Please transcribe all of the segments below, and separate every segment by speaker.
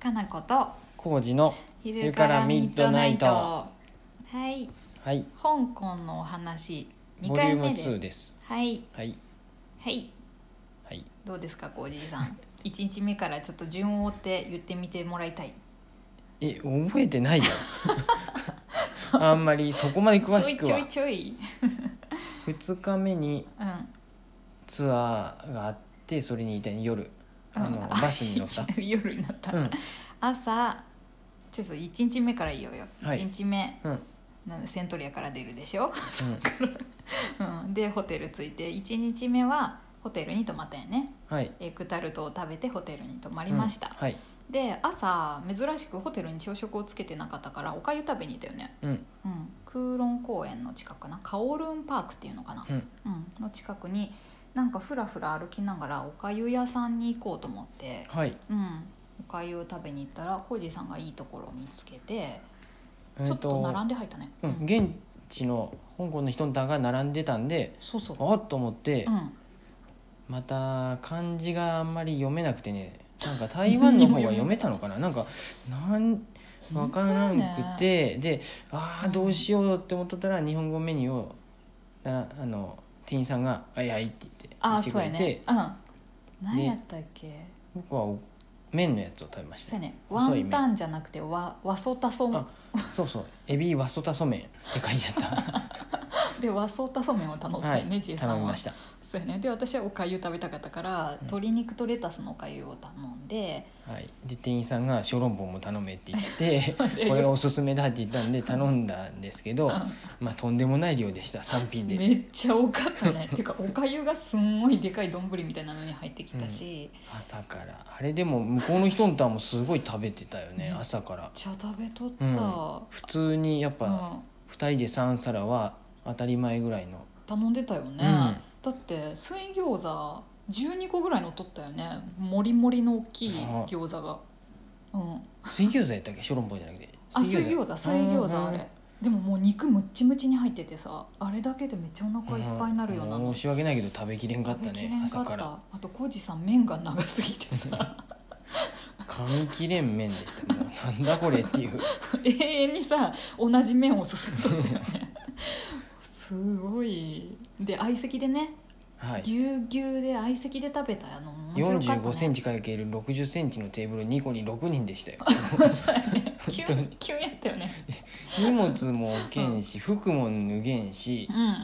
Speaker 1: かなこと
Speaker 2: 工事の
Speaker 1: 昼からミッドナイトはい
Speaker 2: はい
Speaker 1: 香港のお話2
Speaker 2: ボリュ
Speaker 1: 回
Speaker 2: ーム
Speaker 1: 目です
Speaker 2: 2です
Speaker 1: はい
Speaker 2: はい
Speaker 1: はい
Speaker 2: はい
Speaker 1: どうですかコージーさん1 日目からちょっと順を追って言ってみてもらいたい
Speaker 2: え覚えてな いよあんまりそこまで詳しく
Speaker 1: ちょい
Speaker 2: は
Speaker 1: ちょいちょい
Speaker 2: 2日目に
Speaker 1: うん
Speaker 2: ツアーがあってそれにいた夜あの
Speaker 1: うん
Speaker 2: バスに乗 っ
Speaker 1: い
Speaker 2: た
Speaker 1: きなり夜になった、
Speaker 2: うん
Speaker 1: 朝ちょっと1日目から言おうよ、
Speaker 2: はい
Speaker 1: 1日目
Speaker 2: うん
Speaker 1: なセントリアから出るでしょ、うん、でホテル着いて1日目はホテルに泊まったんやね
Speaker 2: はい
Speaker 1: エッグタルトを食べてホテルに泊ま
Speaker 2: あ
Speaker 1: りました、
Speaker 2: はい
Speaker 1: で朝珍しくホテルに朝食をつけてなかったからおかゆ食べに行ったよね、
Speaker 2: うん
Speaker 1: うん、クーロン公園の近くかなカオルンパークっていうのかな、
Speaker 2: うん
Speaker 1: うんの近くになんかふらふら歩きながらおかゆ屋さんに行こうと思って、
Speaker 2: はい
Speaker 1: うん、おかゆを食べに行ったらコージーさんがいいところを見つけて
Speaker 2: え
Speaker 1: ちょ
Speaker 2: ー
Speaker 1: っと並んで入ったね、
Speaker 2: う
Speaker 1: うん
Speaker 2: ん現地の香港の人のが並んでたんで
Speaker 1: そうそう、
Speaker 2: あっと思って
Speaker 1: うん、
Speaker 2: また漢字があんまり読めなくてねなんか台湾の方が読めたのかななんかなん分からなくてでああどうしようって思っとったら日本語メニューをだらあの店員さんが「あいあい」って言って
Speaker 1: あ
Speaker 2: 見
Speaker 1: あ
Speaker 2: せて
Speaker 1: そ
Speaker 2: く
Speaker 1: うや
Speaker 2: れて、
Speaker 1: ね、うん、何やったっけ
Speaker 2: 僕はお麺のやつを食べまし
Speaker 1: そう
Speaker 2: た
Speaker 1: やねワ
Speaker 2: 細い
Speaker 1: ン
Speaker 2: 麺
Speaker 1: タンじゃなくてわわそたそ
Speaker 2: あそうそう「エビわそたそ麺」って書いて あっ
Speaker 1: で和そうたそうめんを頼ん
Speaker 2: た
Speaker 1: で、
Speaker 2: は
Speaker 1: ね
Speaker 2: い
Speaker 1: J
Speaker 2: 頼
Speaker 1: さん
Speaker 2: み
Speaker 1: は
Speaker 2: ました
Speaker 1: そうやねで私はおかゆ食べたかったから、鶏肉とレタスのおかゆを頼んで
Speaker 2: はい、で店員さんが「小籠包も頼め」って 言って
Speaker 1: で
Speaker 2: 「これがおすすめだ」って言ったんで頼んだんですけど、まあ、とんでもない量でした3品で、
Speaker 1: めっちゃ多かったね てかおかゆがすんごいでかい丼みたいなのに入ってきたし、
Speaker 2: 朝からあれでも向こうの人のとはもうすごい食べてたよ
Speaker 1: ね
Speaker 2: ね朝から
Speaker 1: めっちゃ食べとった、
Speaker 2: うん普通にやっぱ
Speaker 1: うん
Speaker 2: 2人で3皿は当たり前ぐらいの
Speaker 1: 頼んでたよね、
Speaker 2: うん
Speaker 1: だって水餃子12個ぐらいのっとったよねもりもりの大きい餃子がうん
Speaker 2: 水餃子やったっけ小籠包じゃなくて
Speaker 1: あ水餃子水餃子あれでももう肉むっちむちに入っててさあれだけでめっちゃお腹いっぱいになるようなの、
Speaker 2: 申し訳ないけど食べきれんかっ
Speaker 1: 食べ
Speaker 2: た
Speaker 1: き
Speaker 2: ね
Speaker 1: れんか
Speaker 2: 朝
Speaker 1: っ
Speaker 2: か
Speaker 1: た
Speaker 2: ら
Speaker 1: あと浩二さん麺が長すぎてさ
Speaker 2: 噛みきれん麺でしたもうなんだこれって いう
Speaker 1: 永遠にさ同じ麺をすすんでたよねすごいで相席でね
Speaker 2: はい
Speaker 1: ぎゅうぎゅうで相席で食べたあの面
Speaker 2: 4
Speaker 1: 白かった、ね、
Speaker 2: 5センチ ×6 0ンチのテーブル2個に6人 でしたよ
Speaker 1: そうやね急
Speaker 2: 本当
Speaker 1: に急にやったよね
Speaker 2: 荷物も置けんし服も脱げんし
Speaker 1: うんうんうんう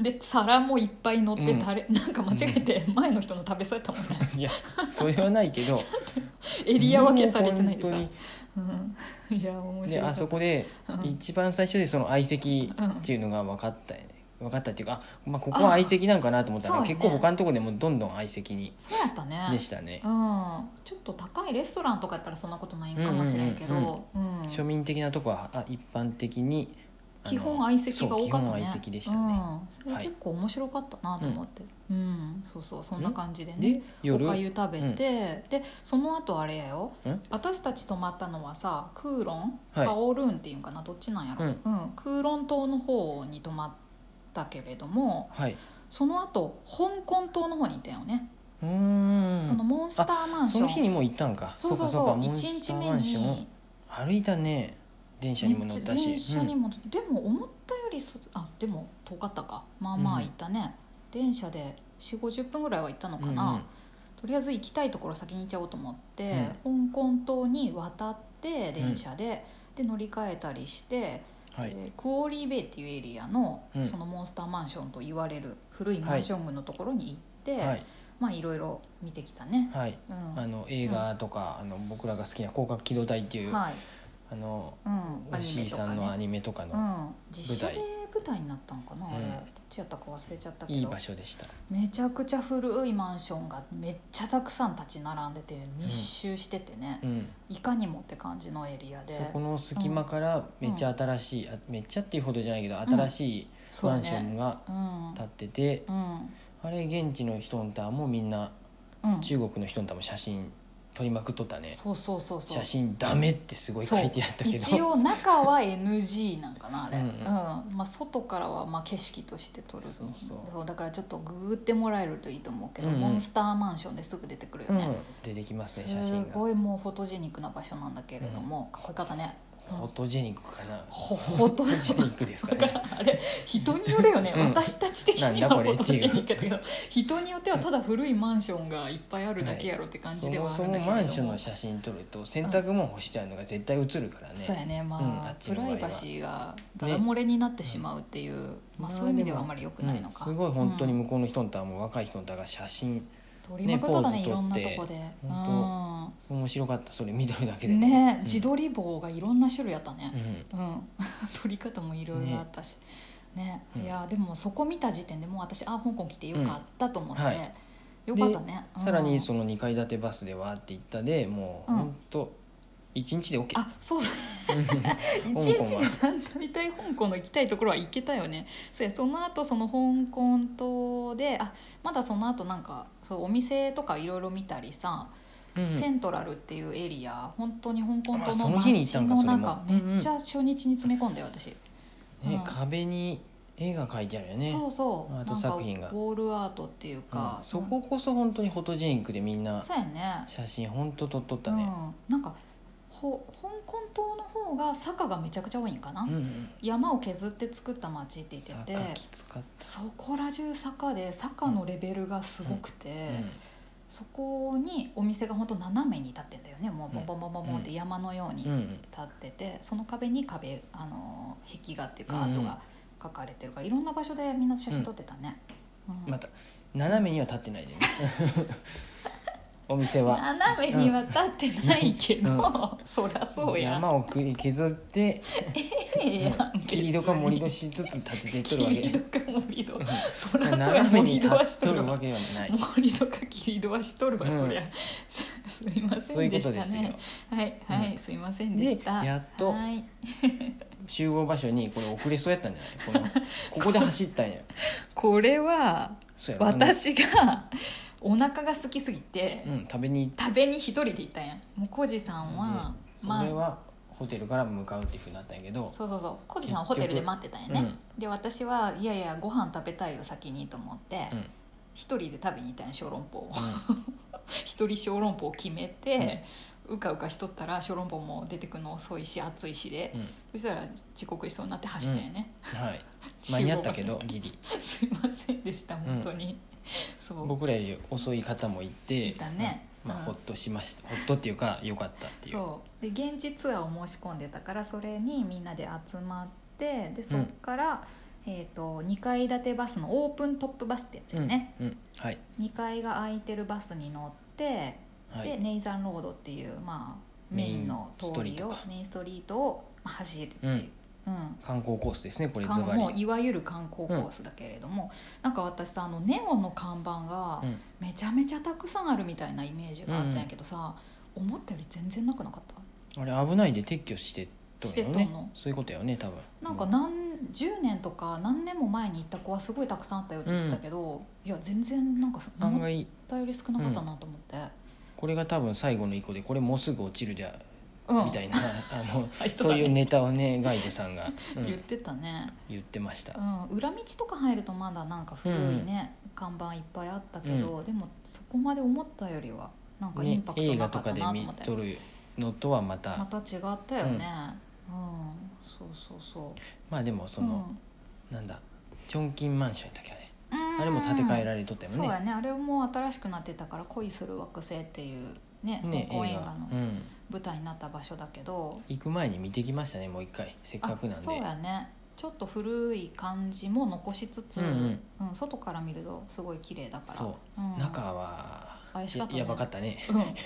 Speaker 1: んで皿もいっぱい乗って
Speaker 2: うん
Speaker 1: たれ、なんか間違えて前の人の食べそうやったもんね
Speaker 2: いやそれはない けど
Speaker 1: エリア分けされてないで
Speaker 2: もう
Speaker 1: さ
Speaker 2: 本当
Speaker 1: うん
Speaker 2: に
Speaker 1: いや面白
Speaker 2: で
Speaker 1: い
Speaker 2: あそこで
Speaker 1: うん
Speaker 2: 一番最初でその相席っていうのが分かったよね分かったっていうか、あまあ、ここは相席なんかなと思った
Speaker 1: あ
Speaker 2: ら、
Speaker 1: そうね
Speaker 2: 結構他のとこでもどんどん相席に
Speaker 1: そうやったね
Speaker 2: でしたね
Speaker 1: う、ん、ちょっと高いレストランとかやったらそんなことないんかもしれんけどうん
Speaker 2: 庶民的なとこはあ一般的にあの
Speaker 1: 基本相席が多かったね
Speaker 2: そう基本相席でしたね、
Speaker 1: うん、それ結構面白かったなと思って、うんそうそうそんな感じでね
Speaker 2: で夜
Speaker 1: おかゆ食べて、
Speaker 2: うん
Speaker 1: でその後あれやよ
Speaker 2: ん
Speaker 1: 私たち泊まったのはさクーロン、
Speaker 2: はい
Speaker 1: カオルーンっていうんかなどっちなんやろ、うんクーロン島の方に泊まったけれども
Speaker 2: はい
Speaker 1: その後香港島の方に行ったよね、
Speaker 2: うーん
Speaker 1: そのモンスターマンション
Speaker 2: その日にもう行ったんか
Speaker 1: そうそう
Speaker 2: か
Speaker 1: そう
Speaker 2: かモ
Speaker 1: 1
Speaker 2: ンス
Speaker 1: 日
Speaker 2: ター
Speaker 1: 目
Speaker 2: マンション
Speaker 1: に
Speaker 2: 歩いたね電車にも
Speaker 1: め
Speaker 2: 乗
Speaker 1: っ
Speaker 2: っ
Speaker 1: ちゃ
Speaker 2: たし
Speaker 1: 電車に
Speaker 2: うん
Speaker 1: も、でも思ったよりそあでも遠かったかまあまあ行ったね、電車で4 5 0分ぐらいは行ったのかな、
Speaker 2: うんうん
Speaker 1: とりあえず行きたいところ先に行っちゃおうと思って、香港島に渡って電車で、で乗り換えたりして、
Speaker 2: はい
Speaker 1: でクオーリーベイっていうエリアの、
Speaker 2: うん
Speaker 1: そのモンスターマンションと言われる古いマンション群のところに行って、
Speaker 2: はい
Speaker 1: まあいろいろ見てきたね。
Speaker 2: はい
Speaker 1: うん、
Speaker 2: あの映画とか、あの僕らが好きな「広角機動隊」っていう、
Speaker 1: はい、
Speaker 2: あの
Speaker 1: うん、アニ
Speaker 2: し
Speaker 1: メ
Speaker 2: い
Speaker 1: と
Speaker 2: さ
Speaker 1: か
Speaker 2: んのア
Speaker 1: ね。
Speaker 2: ニメとか
Speaker 1: う
Speaker 2: の
Speaker 1: ん、実写で舞台になったんかな、あれ
Speaker 2: うん
Speaker 1: どっちやったか忘れちゃったけど
Speaker 2: いい場所でした、
Speaker 1: めちゃくちゃ古いマンションがめっちゃたくさん立ち並んでて密集しててね、
Speaker 2: うん、
Speaker 1: いかにもって感じのエリアで
Speaker 2: そこの隙間からめっちゃ新しい、あめっちゃっていうほどじゃないけど
Speaker 1: ん
Speaker 2: 新しい
Speaker 1: そう
Speaker 2: マ
Speaker 1: ね
Speaker 2: ンションが
Speaker 1: うん
Speaker 2: 建ってて、
Speaker 1: うん
Speaker 2: あれ現地の人んたもみんな
Speaker 1: うん
Speaker 2: 中国の人んたも写真撮りまくっとったね
Speaker 1: そうそうそうそう
Speaker 2: 写真ダメってすごい書いてあったけど
Speaker 1: 一応中は NG なんかなあれ
Speaker 2: う
Speaker 1: うんん、
Speaker 2: うん
Speaker 1: まあ、外からはまあ景色として撮る
Speaker 2: そうそう
Speaker 1: だからちょっとググってもらえるといいと思うけど、
Speaker 2: うんうん
Speaker 1: モンスターマンションですぐ出てくるよね、
Speaker 2: うん、出てきます
Speaker 1: す
Speaker 2: ね写真が
Speaker 1: ごいもうフォトジェニックな場所なんだけれども、かっこよかったね
Speaker 2: フォトジェニックかな
Speaker 1: ほフォト
Speaker 2: フォト
Speaker 1: ジ
Speaker 2: ジ
Speaker 1: ェ
Speaker 2: ェ
Speaker 1: ニ
Speaker 2: ニ
Speaker 1: ッ
Speaker 2: ックですか
Speaker 1: クだか
Speaker 2: ね
Speaker 1: らあれ人によるよね、
Speaker 2: うん
Speaker 1: 私たち的には
Speaker 2: なんだ
Speaker 1: フ
Speaker 2: これ
Speaker 1: ォトジェニックだけど人によってはただ古いマンションがいっぱいあるだけやろって感じ
Speaker 2: そ
Speaker 1: で
Speaker 2: も
Speaker 1: はあ
Speaker 2: そ
Speaker 1: るんだ
Speaker 2: も
Speaker 1: けれども、
Speaker 2: マンションの写真撮ると洗濯物干してあるのが絶対映るからね
Speaker 1: そうやねまあ,、
Speaker 2: うんあっち
Speaker 1: プ
Speaker 2: の場合
Speaker 1: ラ
Speaker 2: は
Speaker 1: イバシーがダダ漏れになってしまうっていう、まあ、そういう意味ではあんまり良くないのか、
Speaker 2: うんすごい本当に向こうの人とはもう若い人とが写真
Speaker 1: 撮りまくっとったね
Speaker 2: ね
Speaker 1: いろんなとこで
Speaker 2: 本
Speaker 1: う
Speaker 2: 面白かったそれ見てるだけで
Speaker 1: んね、
Speaker 2: うん
Speaker 1: 自撮り棒がいろんな種類あった
Speaker 2: う
Speaker 1: ね
Speaker 2: ん
Speaker 1: うん、撮り方もいろいろあったしね
Speaker 2: うん
Speaker 1: いやでもそこ見た時点でもう私あ香港来てよかったと思って、
Speaker 2: うんはい
Speaker 1: よかったね、うん
Speaker 2: さらにその2階建てバスでわーって行ったでもう
Speaker 1: うん
Speaker 2: 本当一日で OK
Speaker 1: あ そうそう一
Speaker 2: は
Speaker 1: 日でなんか大体香港の行きたいところは行けたよねそうやその後その香港島であまだその後なんかそうお店とかいろいろ見たりさ、
Speaker 2: うん
Speaker 1: セントラルっていうエリア本当に香港
Speaker 2: あ
Speaker 1: 島
Speaker 2: そ
Speaker 1: の
Speaker 2: の日に行ったんか
Speaker 1: 街の中
Speaker 2: そ
Speaker 1: め
Speaker 2: れもうんうん
Speaker 1: っちゃ初日に詰め込んだよ私、う
Speaker 2: ね
Speaker 1: ん
Speaker 2: 壁に絵が描いてあるよね
Speaker 1: そうそう
Speaker 2: アー
Speaker 1: なん
Speaker 2: ト
Speaker 1: か
Speaker 2: 作品が
Speaker 1: ウォールアートっていうか、
Speaker 2: うんそここそ本当にフォトジェニックでみん
Speaker 1: うん
Speaker 2: な
Speaker 1: そうやね
Speaker 2: 写真本当撮っとったね
Speaker 1: うん、なんかほ香港島の方が坂がめちゃくちゃ多いんかな、
Speaker 2: うんうん
Speaker 1: 山を削って作った街って言ってて
Speaker 2: 坂きつかっ
Speaker 1: そこら中坂で坂のレベルがすごくて、
Speaker 2: たうん
Speaker 1: そこにお店が本当斜めに立ってんだよねもうボンボンボンボンボンって山のように
Speaker 2: うん
Speaker 1: 立ってて、その壁に壁あの壁画っていうかア
Speaker 2: うんうん
Speaker 1: ートが描かれてるからいろんな場所でみんな写真撮ってたね、
Speaker 2: う
Speaker 1: うん
Speaker 2: んまた斜めには立ってな いでねお店は
Speaker 1: 斜めには立ってないけど、
Speaker 2: うん
Speaker 1: そりゃそうやん
Speaker 2: 山をくり削って
Speaker 1: ええやん
Speaker 2: 切り戸か盛り戸
Speaker 1: 別
Speaker 2: しつつ立て
Speaker 1: に
Speaker 2: てっとるわ
Speaker 1: 切り
Speaker 2: け
Speaker 1: 戸か盛り戸そりゃそうや
Speaker 2: 斜め
Speaker 1: 盛
Speaker 2: に
Speaker 1: り
Speaker 2: 立
Speaker 1: 戸はし
Speaker 2: っ
Speaker 1: と
Speaker 2: と
Speaker 1: る
Speaker 2: る
Speaker 1: わ
Speaker 2: わけではない
Speaker 1: 森とか切り戸はしとるわ、
Speaker 2: うん
Speaker 1: そりゃすいま
Speaker 2: そ
Speaker 1: せ
Speaker 2: う
Speaker 1: ん
Speaker 2: いうこ
Speaker 1: で
Speaker 2: と
Speaker 1: した
Speaker 2: ですよ
Speaker 1: ねはいはい、
Speaker 2: うん
Speaker 1: すいませんでした
Speaker 2: でやっと
Speaker 1: はい
Speaker 2: 集合場所にこれ遅れそうやったんじゃないこのここで走ったんや
Speaker 1: これは
Speaker 2: そうやろ
Speaker 1: 私がお腹が空きすぎて、
Speaker 2: うん食べに
Speaker 1: 食べに一人で行ったんやもうコジさん
Speaker 2: 行っ
Speaker 1: は、
Speaker 2: てそ
Speaker 1: まあ
Speaker 2: れはホテルから向かうっていうふうになったんやけど
Speaker 1: そうそうそうコジさんはホ
Speaker 2: 結局
Speaker 1: テルで待ってたんやね、で私はいやいやご飯食べたいよ先にと思って、
Speaker 2: うん
Speaker 1: 一人で食べに行ったんや小籠包を
Speaker 2: うん
Speaker 1: 一人小籠包を決めて、うかうかしとったら小籠包も出てくるの遅いし暑いしで、
Speaker 2: うん
Speaker 1: そしたら遅刻しそうになって走ったよね、
Speaker 2: はい間に合ったけど
Speaker 1: 集合場
Speaker 2: ギリ
Speaker 1: 所すいませんでした本当に、そう
Speaker 2: 僕らより遅い方もいて
Speaker 1: いたね
Speaker 2: うんまあ
Speaker 1: うん
Speaker 2: ほっとしましたほっとっていうか良かったっていう
Speaker 1: そうで現地ツアーを申し込んでたからそれにみんなで集まってでそっから、えー、と2階建てバスのオープントップバスってやつよね、
Speaker 2: うんうんはい
Speaker 1: 2階が空いてるバスに乗って、
Speaker 2: は
Speaker 1: で
Speaker 2: い
Speaker 1: ネイザンロードっていう、まあ、メインの通りをメインストリートをまあ走るっていう、うん
Speaker 2: 観光コースですねこれズ
Speaker 1: 観
Speaker 2: バ
Speaker 1: もう
Speaker 2: リ
Speaker 1: いわゆる観光コースだけれども、なんか私さあのネオンの看板が
Speaker 2: うん
Speaker 1: めちゃめちゃたくさんあるみたいなイメージがあったんやけどさ、思ったより全然なくなかった
Speaker 2: あれ危ないで撤去してっとるよ
Speaker 1: してっ
Speaker 2: ね
Speaker 1: とんの
Speaker 2: そういうことやよね多分
Speaker 1: なんか何十年とか何年も前に行った子はすごいたくさんあったよって言ってたけど、いや全然なんか
Speaker 2: うん
Speaker 1: 思
Speaker 2: 案
Speaker 1: っ
Speaker 2: 外
Speaker 1: たより少なかったなと思って、
Speaker 2: これが多分最後の一個でこれもうすぐ落ちるでゃ
Speaker 1: うん
Speaker 2: みたいなあ の
Speaker 1: あ言ってたね
Speaker 2: そういうネタをねガイドさんが、うん
Speaker 1: 言ってたね、
Speaker 2: 言ってました
Speaker 1: うん、裏道とか入るとまだなんか古いね、看板いっぱいあったけど、でもそこまで思ったよりはなんかイン
Speaker 2: ね
Speaker 1: パクト
Speaker 2: 映
Speaker 1: な
Speaker 2: 画
Speaker 1: か
Speaker 2: と
Speaker 1: った
Speaker 2: かで
Speaker 1: なと
Speaker 2: 見
Speaker 1: 思って、
Speaker 2: とるのとはまた
Speaker 1: ま
Speaker 2: ま
Speaker 1: た違ったよねうん、そうそうそ、
Speaker 2: あでもそうの、なんだチョンキンマンションやったっけあれ
Speaker 1: うん、
Speaker 2: あれも建て替え
Speaker 1: れ
Speaker 2: られとったよ
Speaker 1: そうや
Speaker 2: ね
Speaker 1: ねあれも新しくなってたから「恋する惑星」っていうね
Speaker 2: ね
Speaker 1: 香港
Speaker 2: 映
Speaker 1: 映画
Speaker 2: 画
Speaker 1: の
Speaker 2: うん
Speaker 1: 舞台になった場所だけど、
Speaker 2: 行く前に見てきましたねもう一回せっか
Speaker 1: あ
Speaker 2: くなんで
Speaker 1: そうやねちょっと古い感じも残しつつ、
Speaker 2: う
Speaker 1: うんん外から見るとすごい綺麗だから、
Speaker 2: そう
Speaker 1: ん、
Speaker 2: 中は
Speaker 1: 怪しかったね
Speaker 2: やばかったね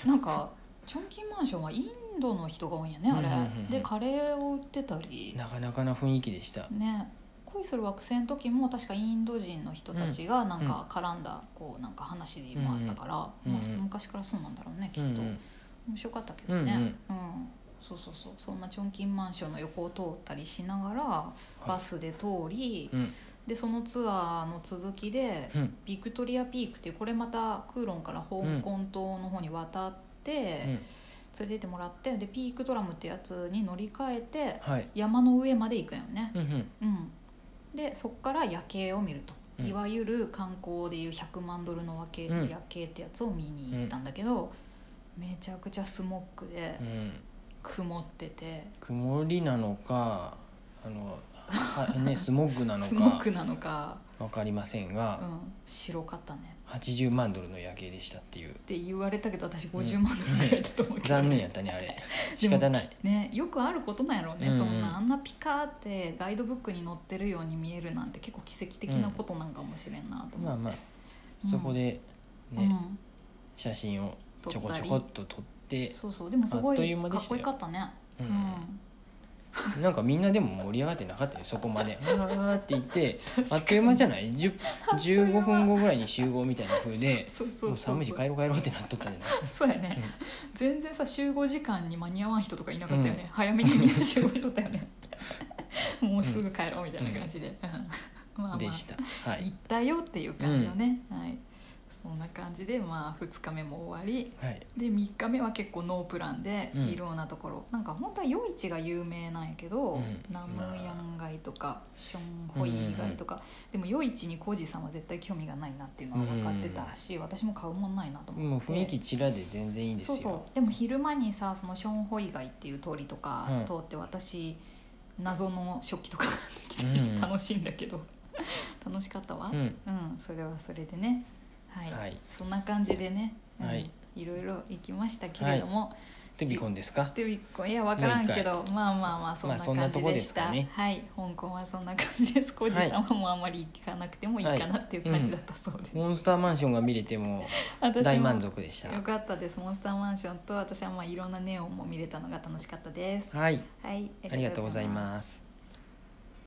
Speaker 1: うん、なんかチョンキンマンションはインドの人が多いんやねあれ、
Speaker 2: うんうんうんうん
Speaker 1: でカレーを売ってたり
Speaker 2: なかなかな雰囲気でした
Speaker 1: ね恋する惑星の時も確かインド人の人たちがなんか絡んだこうなんか話もあったから、
Speaker 2: うんうん
Speaker 1: ま
Speaker 2: うんうん
Speaker 1: あ、昔からそうなんだろうねき
Speaker 2: う
Speaker 1: っ
Speaker 2: ん
Speaker 1: と、
Speaker 2: うん
Speaker 1: 面白かったけどね、うんそうそうそうそんなチョンキンマンションの横を通ったりしながら
Speaker 2: い
Speaker 1: バスで通り、
Speaker 2: うん
Speaker 1: でそのツアーの続きで
Speaker 2: うん
Speaker 1: ビクトリアピークっていうこれまたクーロンから香港島の方に渡っって、
Speaker 2: うん
Speaker 1: 連れてってもらってでピークドラムってやつに乗り換えて
Speaker 2: はい
Speaker 1: 山の上まで行くんよね、
Speaker 2: うんうん
Speaker 1: うん、でそこから夜景を見ると、
Speaker 2: うん
Speaker 1: いわゆる観光でいう100万ドルの夜景,、
Speaker 2: うん
Speaker 1: 夜景ってやつを見に行ったんだけど、めちゃくちゃスモックで
Speaker 2: うん
Speaker 1: 曇ってて、
Speaker 2: 曇りなのかあのは ねスモッグなの
Speaker 1: スモッ
Speaker 2: か
Speaker 1: クなのか、
Speaker 2: わかりません
Speaker 1: う
Speaker 2: が、
Speaker 1: ん、白かったね
Speaker 2: 80万ドルの夜景でしたっていう
Speaker 1: って言われたけど私
Speaker 2: ん
Speaker 1: 50万ドルぐらいだと思うけど、
Speaker 2: 残念やったね あれ仕方ない
Speaker 1: ね、よくあることなんやろうね、
Speaker 2: うんうん
Speaker 1: そんなあんなピカーってガイドブックに載ってるように見えるなんて結構奇跡的なことなんかもしれんなと思
Speaker 2: まあ
Speaker 1: って、
Speaker 2: まあそこで
Speaker 1: う
Speaker 2: ね、
Speaker 1: ん、
Speaker 2: 写真をちょこちょこっと撮って、
Speaker 1: そうそうでもすご
Speaker 2: あっとい
Speaker 1: いう
Speaker 2: 間で
Speaker 1: かっ
Speaker 2: し
Speaker 1: たこ
Speaker 2: よ
Speaker 1: よかったね
Speaker 2: う
Speaker 1: うんん、
Speaker 2: なんかみんなでも盛り上がってなかったよそこま で「あー」って言ってあっという間じゃない10 15分後ぐらいに集合みたいな風で
Speaker 1: そうそうそうそう
Speaker 2: もう寒いし帰ろう帰ろうってなっとったんじゃない
Speaker 1: そうやね、全然さ集合時間に間に合わん人とかいなかったよね、早めにみ んな集合しとったよねもうすぐ帰ろうみたいな感じで、うん まあまあ
Speaker 2: でしたはい
Speaker 1: 行ったよっていう感じだね、はいそんな感じでまあ2日目も終わり
Speaker 2: はい
Speaker 1: で3日目は結構ノープランで
Speaker 2: うん
Speaker 1: いろんなところ、なんか本当は夜市が有名なんやけど、
Speaker 2: うん
Speaker 1: ナムヤン街とかションホイ街とか、でも夜市に浩二さんは絶対興味がないなっていうのは分かってたし、私も買うもんないなと
Speaker 2: も
Speaker 1: 思
Speaker 2: う
Speaker 1: って
Speaker 2: 雰囲気ちらで全然いいです
Speaker 1: そ
Speaker 2: よ
Speaker 1: うそうでも昼間にさそのションホイ街っていう通りとか
Speaker 2: うん
Speaker 1: 通って私、謎の食器とか 来たりして楽しいんだけど、楽しかったわ、
Speaker 2: うん
Speaker 1: うん、それはそれでね、はい、
Speaker 2: はい
Speaker 1: そんな感じでね、うん
Speaker 2: はい
Speaker 1: い、ろいろ行きましたけれども、
Speaker 2: テビコンですか
Speaker 1: でい、やわからんけ
Speaker 2: も
Speaker 1: ど、まあまあまあそんな感
Speaker 2: そ
Speaker 1: じ
Speaker 2: んなとこ
Speaker 1: で
Speaker 2: で
Speaker 1: し
Speaker 2: す
Speaker 1: た。
Speaker 2: かね
Speaker 1: はい、香港はそんな感じです。コージさんはもうあんまり行かなくてもいいかなっていう感じだったそうです。
Speaker 2: モンスターマンションが見れても
Speaker 1: 私も
Speaker 2: 大満足でした
Speaker 1: よかったです。モンスターマンションと私はまあいろんなネオンも見れたのが楽しかったです。
Speaker 2: はい
Speaker 1: はい、。
Speaker 2: ありがとうございますす